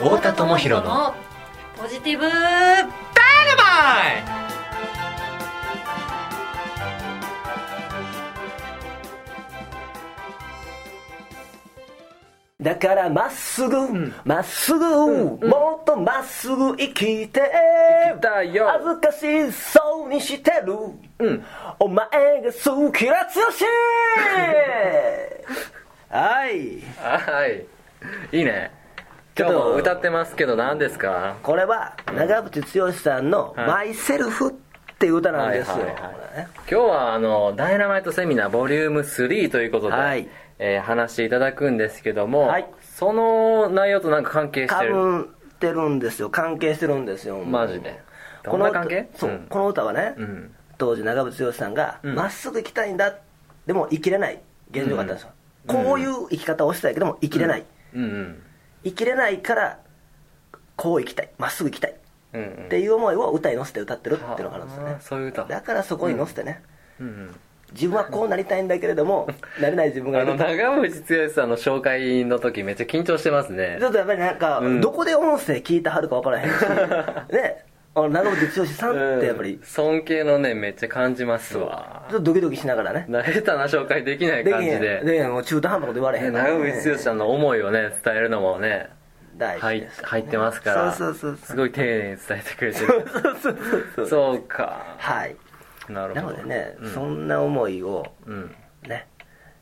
太田智博のポジティブダイナマだからまっすぐんま、っすぐ、もっとまっすぐ生きてきたよ恥ずかしそうにしてる、うんお前が好きな強 しはいはいいいねちょっ今日とも歌ってますけど何ですかこれは長渕剛さんの「はいマイセルフ」っていう歌なんですよ、はいはいはい今日はあの「ダイナマイトセミナーボリューム3ということで、はいえー話していただくんですけども、はいその内容となんか関係しかてるぶってるんですよ関係してるんですよマジでどこんのな歌関係そう、んこの歌はね、ん当時長渕剛さんがうんま、っすぐ行きたいんだでも生きれない現状があったんですよ、うんこういう生き方をしたいけども生きれない、うんうん生きれないからこう生きたいまっすぐ生きたいうんうんっていう思いを歌に乗せて歌ってるっていうのがあるんですよあねーそういう歌だからそこに乗せてね、うんうん自分はこうなりたいんだけれどもなれない自分が あいるの長渕剛さんの紹介の時めっちゃ緊張してますねちょっとやっぱりなんか、うんどこで音声聞いたはるか分 からへんしねあの長渕剛さんってやっぱり、うん尊敬のねめっちゃ感じますわちょっとドキドキしながらねな下手な紹介できないでき感へじんでできへんもう中途半端なこと言われへねん長渕剛さんの思いをね伝えるのもね大事入です入ってますからそうそうそうすごい丁寧に伝えてくれてるそうかはいなるなほどのでね、うんそんな思いをうんね、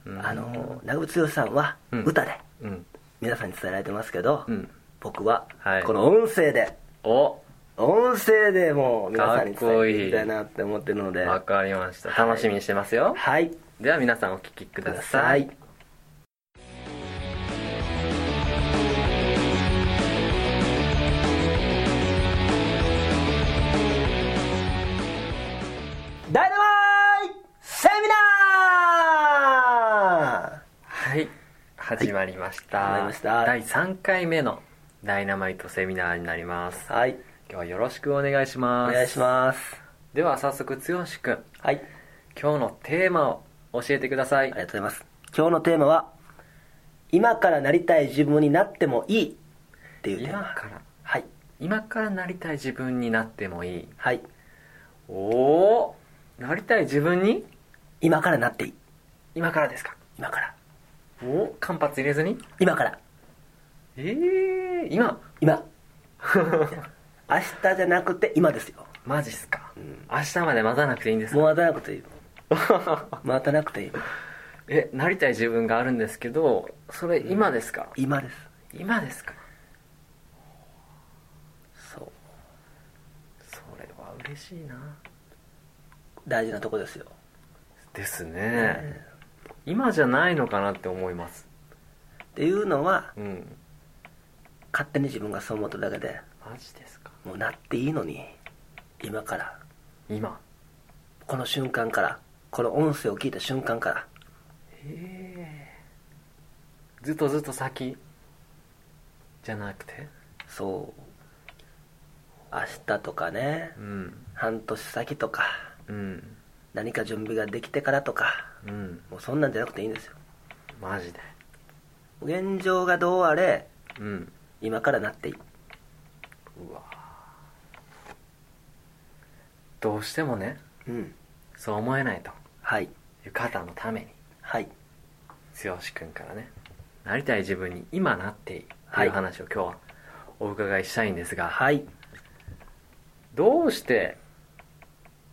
うんあの長渕剛さんはうん歌でうん皆さんに伝えられてますけど、うん僕ははいこの音声で、お音声でもう皆さんに伝かっこえいいていきたいなって思ってるのでわかりました楽しみにしてますよはいでは皆さんお聴きくくだだささいいダイナマイトセミナーはい始まりました,、始まりました第3回目のダイナマイトセミナーになります今はい日はよろしくお願いしおます願いしますでは早速剛くんはい今日のテーマを教えてくだあさいりがとうございます今日のテーマは「今からなりたい自分になってもいい」っていうテー今マからはい今からなりたい自分になってもいいはいおおなりたい自分に今からなっていい今からですか今からおお間髪入れずに今からええー、今今明日じゃなくて今ですよマジっすか、明日まで待たなくていいんで すもうか待たなくていい待たなくていいえなりたい自分があるんですけどそれ今ですか、今です今ですかそうそれは嬉しいな大事なとこですよですね今じゃないのかなって思いますっていうのはうん勝手に自分がそう思っただけでマジですかもうなっていいのに今から今この瞬間からこの音声を聞いた瞬間からずっとずっと先じゃなくてそう明日とかねうん半年先とかうん何か準備ができてからとかうんもうそんなんじゃなくていいんですよマジで現状がどうあれうん今からなっていい、どうしてもねうん、そう思えないとはいいう方のためにはい剛君からねなりたい自分に今なっていいとはいいう話を今日はお伺いしたいんですが、はいどうして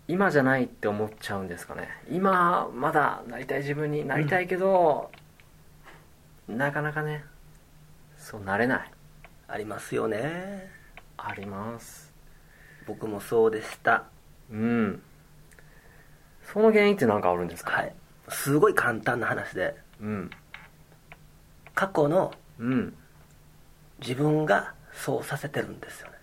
今じゃないって思っちゃうんですかね今まだなりたい自分になりたいけど、なかなかねそうなれないありますよねあります僕もそうでしたうんその原因って何かあるんですかはいすごい簡単な話でうん過去のうん自分がそうさせてるんですよね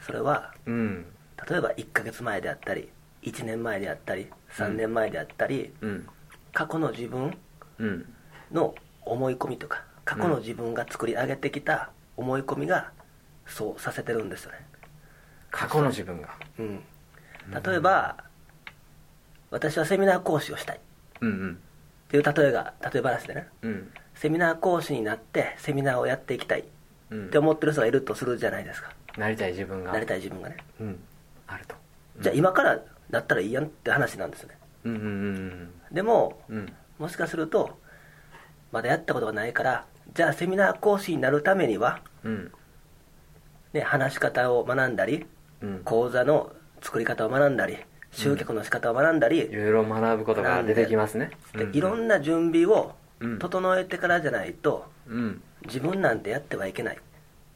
それはうん例えば1ヶ月前であったり1年前であったり3年前であったり、うん過去の自分うんの思い込みとか過去の自分が作り上げてきた思い込みがそうさせてるんですよね過去の自分がうん例えば、私はセミナー講師をしたいっうんうんていう例えが例え話でねうんセミナー講師になってセミナーをやっていきたいっうんって思ってる人がいるとするじゃないですかなりたい自分がなりたい自分がねうんあるとじゃあ今からなったらいいやんって話なんですよねうんうんうんでもうんうんもしかするとまだやったことがないからじゃあセミナー講師になるためには、うんね、話し方を学んだりうん講座の作り方を学んだり集客の仕方を学んだり、いろいろ学ぶことが出てきますねでいろんなな準備をうん整えてからじゃないと、うん自分なんてやってはいけない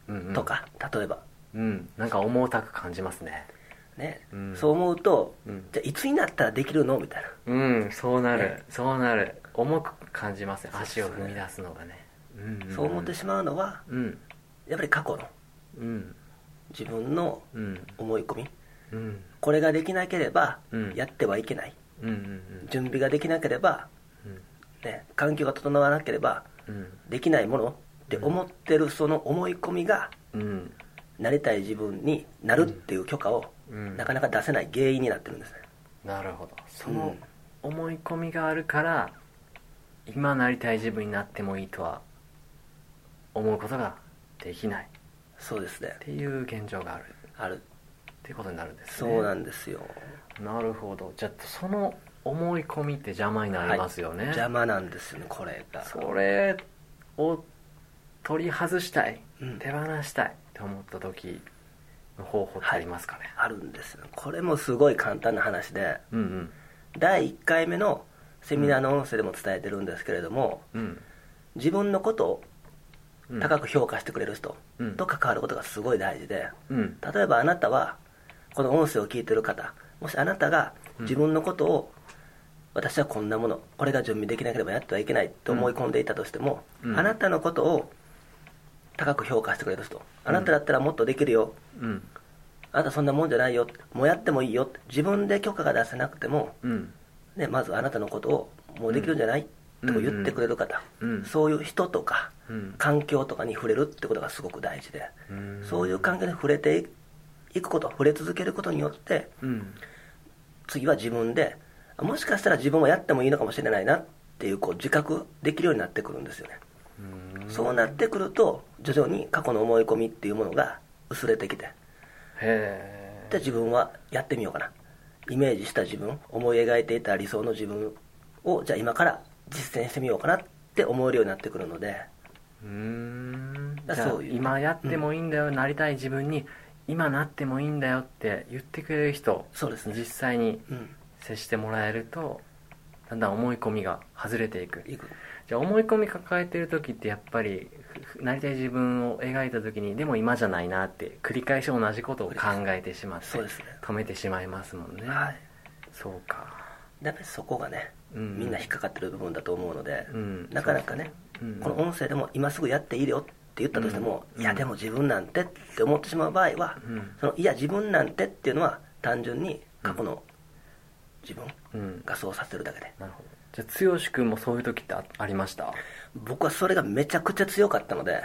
うんうんとか、例えば、うんなんか重たく感じますねねうんそう思うと、うんじゃあいつになったらできるのみたいなうんそうなるねそうなる重く感じますねそうです足よをね踏み出すのがねんんそう思ってしまうのはうんやっぱり過去のうん自分のうん思い込みうんこれができなければうんやってはいけない、うんうん準備ができなければ、うんね、環境が整わなければうんできないものって思ってるその思い込みがうんなりたい自分になるっていう許可をうんなかなか出せない原因になってるんですねなるほどそうのん思い込みがあるから今なりたい自分になってもいいとは思うことができないそうですねっていう現状があるあるっていうことになるんですねそうなんですよ、なるほどじゃあその思い込みって邪魔になりますよね、邪魔なんですよねこれがそれを取り外したいうん手放したいと思った時の方法ってありますかね、あるんですよこれもすごい簡単な話でうん第1回目のセミナーの音声でも伝えてるんですけれども、うん自分のことをうん高く評価してくれる人うんと関わることがすごい大事でうん例えばあなたはこの音声を聞いてる方もしあなたがうん自分のことを、私はこんなものこれが準備できなければやってはいけないと思い込んでいたとしても、うんあなたのことを高く評価してくれる人、あなただったらもっとできるようんあなたそんなもんじゃないよもうやってもいいよ自分で許可が出せなくても、うんね、まずあなたのことをもうできるんじゃない、うんと言ってくれる方、うんそういう人とかうん環境とかに触れるってことがすごく大事で、うんそういう環境に触れていくこと触れ続けることによってうん次は自分であもしかしたら自分はやってもいいのかもしれないなっていうこう自覚できるようになってくるんですよね、うんそうなってくると徐々に過去の思い込みっていうものが薄れてきてへで自分はやってみようかなイメージした自分思い描いていた理想の自分をじゃあ今から実践してみようかなって思えるようになってくるのでうーんだじゃあそういう今やってもいいんだよ、なりたい自分に今なってもいいんだよって言ってくれる人そうですね実際にうん接してもらえるとだんだん思い込みが外れていくいくじゃあ思い込み抱えてる時ってやっぱりふなりたい自分を描いた時にでも今じゃないなって繰り返し同じことを考えてしまってそうですね止めてしまいますもんね、はいそうかやっぱりそこがね、うんみんな引っかかってる部分だと思うので、うんなかなかね、そうですねうんこの音声でも今すぐやっていいよって言ったとしても、うんいやでも自分なんてって思ってしまう場合は、うんそのいや自分なんてっていうのは単純に過去の自分うんがそうさせてるだけでなるほどじゃあ剛君もそういう時ってあありました僕はそれがめちゃくちゃ強かったので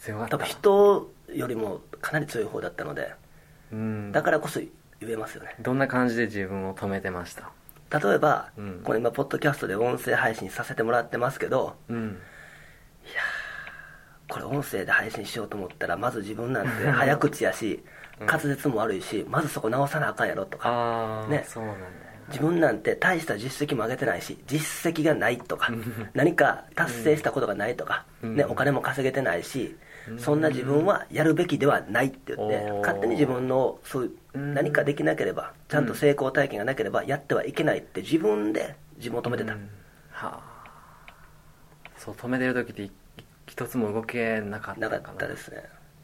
強かっ多た分人よりもかなり強い方だったのでうんだからこそ言えますよねどんな感じで自分を止めてました例えば、うんこれ今ポッドキャストで音声配信させてもらってますけどうんこれ音声で配信しようと思ったらまず自分なんて早口やし滑舌も悪いしまずそこ直さなあかんやろとかああ、ねそうなんだよ自分なんて大した実績も上げてないし実績がないとか何か達成したことがないとか、うんね、お金も稼げてないし、そんな自分はやるべきではないって言って、おー勝手に自分のそういううん何かできなければちゃんと成功体験がなければやってはいけないって自分で自分を止めてた、うんはあそう止めてる時ってい一つも動けなかったなのかかなったですね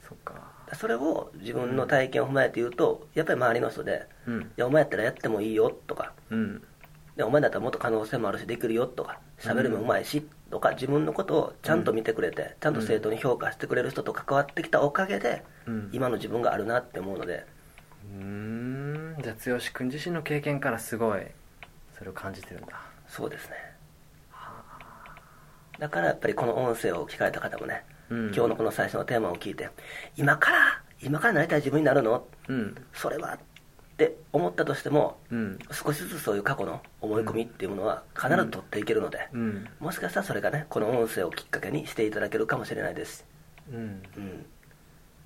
そっかそれを自分の体験を踏まえて言うとやっぱり周りの人で「うんいやお前やったらやってもいいよ」とかうんで「お前だったらもっと可能性もあるしできるよ」とか「喋るのもうまいし」とか自分のことをちゃんと見てくれて、ちゃんと正当に評価してくれる人と関わってきたおかげで、うん今の自分があるなって思うのでうーんじゃあ剛君自身の経験からすごいそれを感じてるんだそうですねだからやっぱりこの音声を聞かれた方もね、うん今日のこの最初のテーマを聞いて今から今からなりたい自分になるのうんそれはって思ったとしてもうん少しずつそういう過去の思い込みっていうものは必ず取っていけるので、うんもしかしたらそれがねこの音声をきっかけにしていただけるかもしれないですうんうん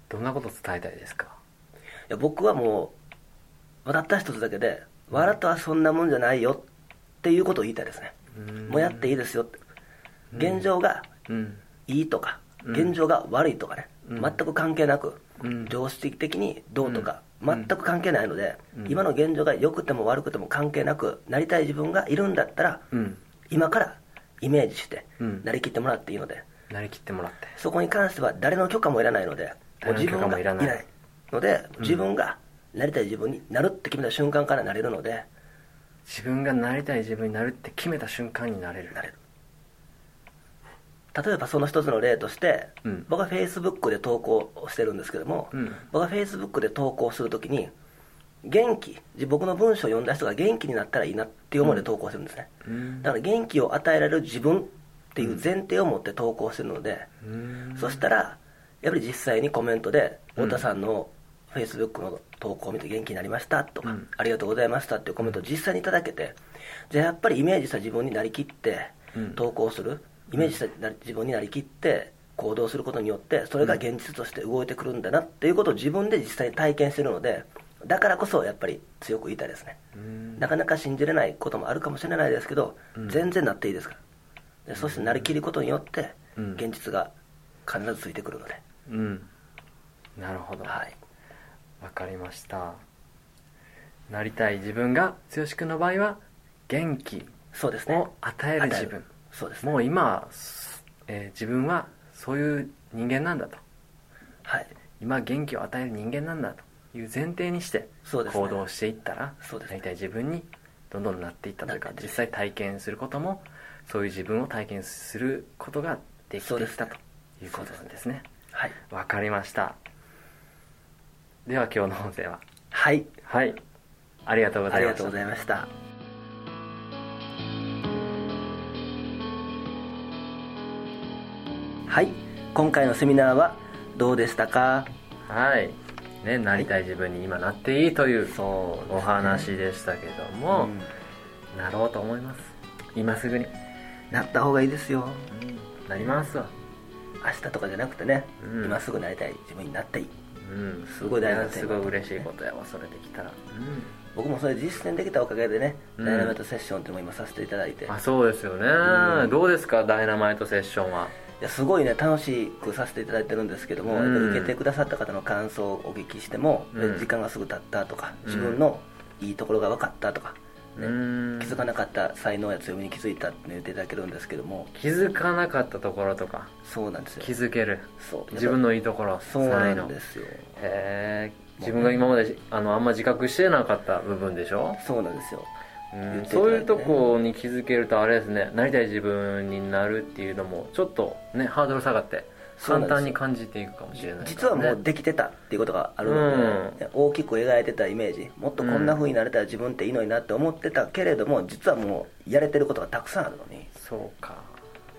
どんなこと伝えたいですかいや僕はもう笑った一つだけで笑とはそんなもんじゃないよっていうことを言いたいですねもうやっていいですよって現状がうんいいとかうん現状が悪いとかね、うん全く関係なく、うん常識的にどうとか、うん全く関係ないので、うん今の現状が良くても悪くても関係なくなりたい自分がいるんだったら、うん今からイメージして、うんなりきってもらっていいのでなりきってもらってそこに関しては誰の許可もいらないのでもう誰の許可もいらない自分がいないので自分がなりたい自分になるって決めた瞬間からなれるので自分がなりたい自分になるって決めた瞬間になれるなれる例えばその一つの例として、うん僕は Facebook で投稿をしてるんですけども、うん僕は Facebook で投稿するときに元気じ僕の文章を読んだ人が元気になったらいいなっていう思いで投稿してるんですね、うんだから元気を与えられる自分っていう前提を持って投稿してるので、うんそしたらやっぱり実際にコメントで太田さんの Facebook の投稿を見て元気になりましたとか、うんありがとうございましたっていうコメントを実際にいただけてじゃあやっぱりイメージした自分になりきってうん投稿する、イメージした自分になりきって行動することによってそれが現実として動いてくるんだなっていうことを自分で実際に体験してるのでだからこそやっぱり強く言いたいですね、うんなかなか信じれないこともあるかもしれないですけど、うん全然なっていいですからでそしてなりきることによってうん現実が必ずついてくるので、うんなるほどはい、わかりましたなりたい自分が剛君の場合は元気そうですねを与える自与え分るそうですねもう今、すえー自分はそういう人間なんだとはい今元気を与える人間なんだという前提にしてそうですね行動していったら、そうですねなりたい自分にどんどんなっていったというかなってい実く際体験することもそういう自分を体験することができそうてできすたねということなんですねはい、わかりましたでは今日の音声ははい、はいありがとうごあざいりまがしたとうございましたはい今回のセミナーはどうでしたかはい、ね、なりたい自分に今なっていいというお話でしたけども、なろうと思います今すぐに、なった方がいいですよなりますわ明日とかじゃなくてね、うん今すぐなりたい自分になっていいうんすごい大事なテすーマごい嬉しいことやわそれできたら、僕もそれ実践できたおかげでね、うんダイナマイトセッションっていうのも今させていただいていあそうですよね、うんどうですかダイナマイトセッションはやすごいね楽しくさせていただいてるんですけども、うんやっぱり受けてくださった方の感想をお聞きしても、うん時間がすぐ経ったとかうん自分のいいところが分かったとか、ねうん気づかなかった才能や強みに気づいたって言っていただけるんですけども気づかなかったところとかそうなんですよ気づけるそう自分ののいいところそうなん才能ですよへえ自分が今まであのあんま自覚してなかった部分でしょそうなんですようん言っていただいてねそういうとこに気づけるとあれですねなりたい自分になるっていうのもちょっとねハードル下がってそうな簡んですよ単に感じていくかもしれないからね、実はもうできてたっていうことがあるので、大きく描いてたイメージもっとこんな風になれたら自分っていいのになって思ってたけれども実はもうやれてることがたくさんあるのに、そうか、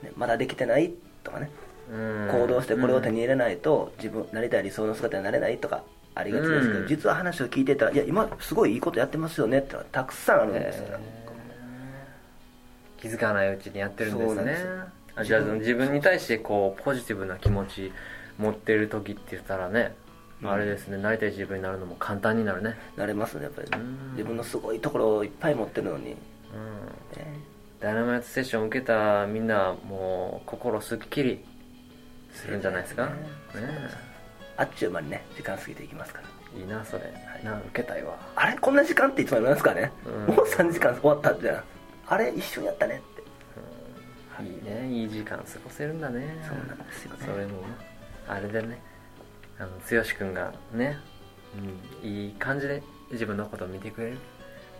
ねまだできてないとかね、うん行動してこれを手に入れないと自分なりたい理想の姿になれないとかありがちですけど、うん実は話を聞いてたらいや今すごいいいことやってますよねってのがたくさんあるんですよ、へ気づかないうちにやってるんでそすうなんでねすよあじゃあ自分に対してこうポジティブな気持ち持ってる時って言ったらね、うんあれですねなりたい自分になるのも簡単になるねなれますねやっぱり、うん自分のすごいところをいっぱい持ってるのに、ねうんダイナマイトセッション受けたみんなもう心すっきりするんじゃないですか、ねそうなんですよあっちゅう間にね時間過ぎていきますからえいいなそれ、いな受けたいわあれこんな時間っていつもありますからね、うんもう3時間終わったじゃんあれ一緒にやったねっていいねいい時間過ごせるんだねそうなんですよねそれもあれでねあの剛君がね、うん、いい感じで自分のことを見てくれる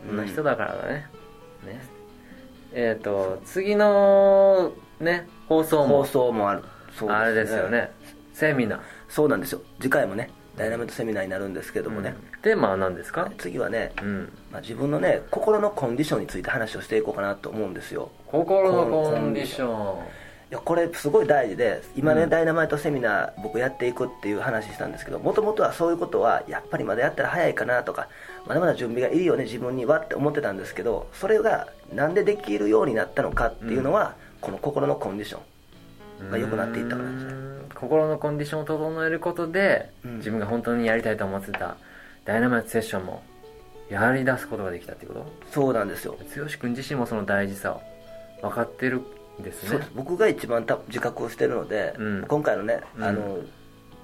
そんな人だからだね、ねえっ、と次のね放送放も送もあるそうあれですよねセミナーそうなんですよ次回もねダイナミットセミナーになるんですけどもね、うんテーマは何ですか、次はね、うんまあ、自分のね心のコンディションについて話をしていこうかなと思うんですよ心のコンディションいやこれすごい大事で今ね、うんダイナマイトセミナー僕やっていくっていう話したんですけどもともとはそういうことはやっぱりまだやったら早いかなとかまだまだ準備がいるよね自分にはって思ってたんですけどそれがなんでできるようになったのかっていうのは、この心のコンディションが良くなっていったからですねうーん心のコンディションを整えることで、うん自分が本当にやりたいと思ってたダイナマイトセッションもやり出すことができたってことそうなんですよ剛君自身もその大事さを分かってるんですそうねです僕が一番多分自覚をしてるので、うん今回のね、うんあの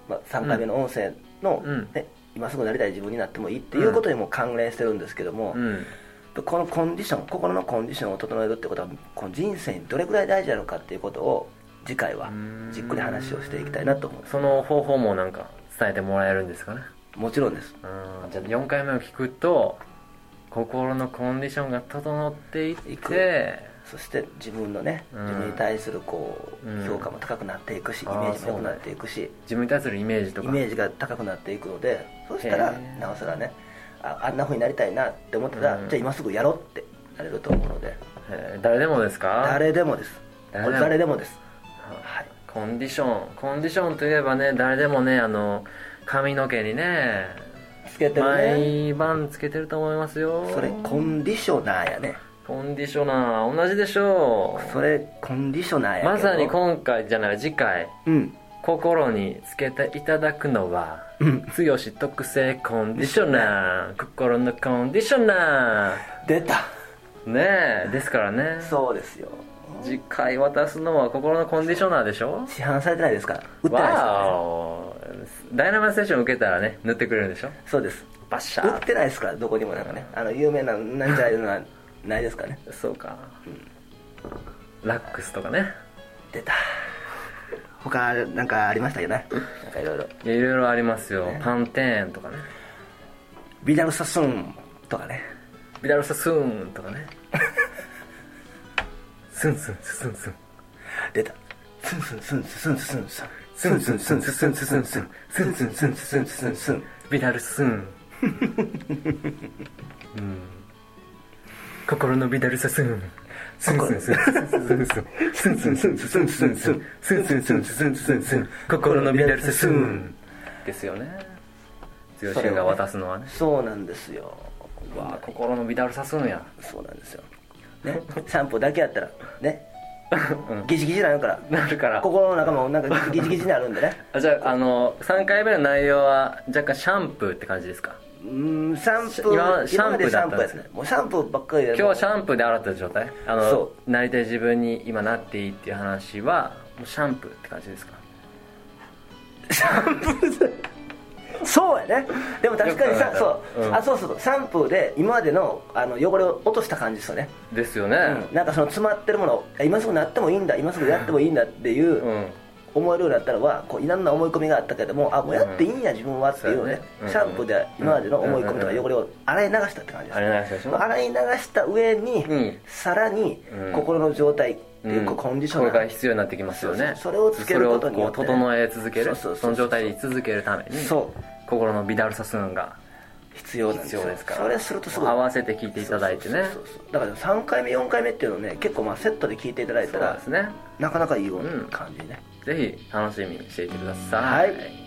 まあ、3回目の音声の、うんね、今すぐなりたい自分になってもいいっていうことにも関連してるんですけども、うんこのコンディション心のコンディションを整えるってことはこの人生にどれくらい大事なのかっていうことを次回はうんじっくり話をしていきたいなと思うんですその方法もなんか伝えてもらえるんですかねもちろんですうんじゃあ4回目を聞くと心のコンディションが整っていいっくてそして自分のねうん自分に対するこうんう評価も高くなっていくしイあメーージも良くなっていくし自分に対するイメージとイかメージが高くなっていくのでそしたらへーなおさらねああんな風になりたいなって思ってたらうんじゃあ今すぐやろうってなれると思うのでえー誰でもですか誰でもですこれ誰でも誰でもですははいいコンディションコンディションといえばね誰でもねあの髪の毛にねつけてもね毎晩つけてると思いますよそれコンディショナーやねコンディショナー同じでしょそれコンディショナーやうけどまさに今回じゃない次回うん心につけていただくのはうん剛特製コンディショナー心のコンディショナ出たーねえですからねそうですよ次回渡すのは心のコンディショナーでしょ市販されてないですから売ってないですからわねおダイナマイトセッション受けたらね塗ってくれるでしょそうですバッシ売ャってないですからどこにもなんかねあの有名ななんちゃらいうのはないですからねーそうか、ラックスとかね出た他なんかありましたけどねなんかいろいろいやいろいろありますよ、ねパンテーンとかねビダルサスーンとかねビダルサスーンとかねスンスンスンスン出たスンスンスンスンスンスンスンスンスンスンスンスンスンスンスンスンスンスンスンビダルスーン、うん心のビダルサスーンスンスンスンスンスンスンスンスンスンスンスンスンスンスンスンスンスン心のビダルサスーンですよね剛が渡すのはねそうなんですようわあ心のビダルサスーンやそうなんですよねシャンプーだけやったらねギチギチなるからなるから心の中もなんかギチギチになるんでねあじゃああの3回目の内容は若干シャンプーって感じですかうーんシャンプー今まで今までシャンプーシやっャンプーだったんですたねねもうシャンプーばっかりで今日はシャンプーで洗った状態あのそなりたい自分に今なっていいっていう話はもうシャンプーって感じですかそうやねでも確かによく考えたさらそう、うんあそうそうそうシャンプーで今までのあの汚れを落とした感じですよね、ですよねうんなんかその詰まってるものを今すぐなってもいいんだ今すぐやってもいいんだっていううん思えるようになったのはこういろんな思い込みがあったけどもあもうやっていいんや自分はっていうのをねそうやねうんシャンプーで今までの思い込みとか汚れを洗い流したって感じですあれなんですよ洗い流した上に、うんさらにうん心の状態っていうこうコンディションこれが必要になってきますよねそうそうそれをつけることによってそれをこう整え続けそるうそうそうそうその状態で居続けるためにそう心のビダルサスーンが必要なんです必よ要ですからそれするとすごい合わせて聞いていただいてねそうそうそうそうだから3回目4回目っていうのをね結構まあセットで聞いていただいたそうらですねなかなかいいようなうん感じね、ぜひ楽しみにしていてくださはい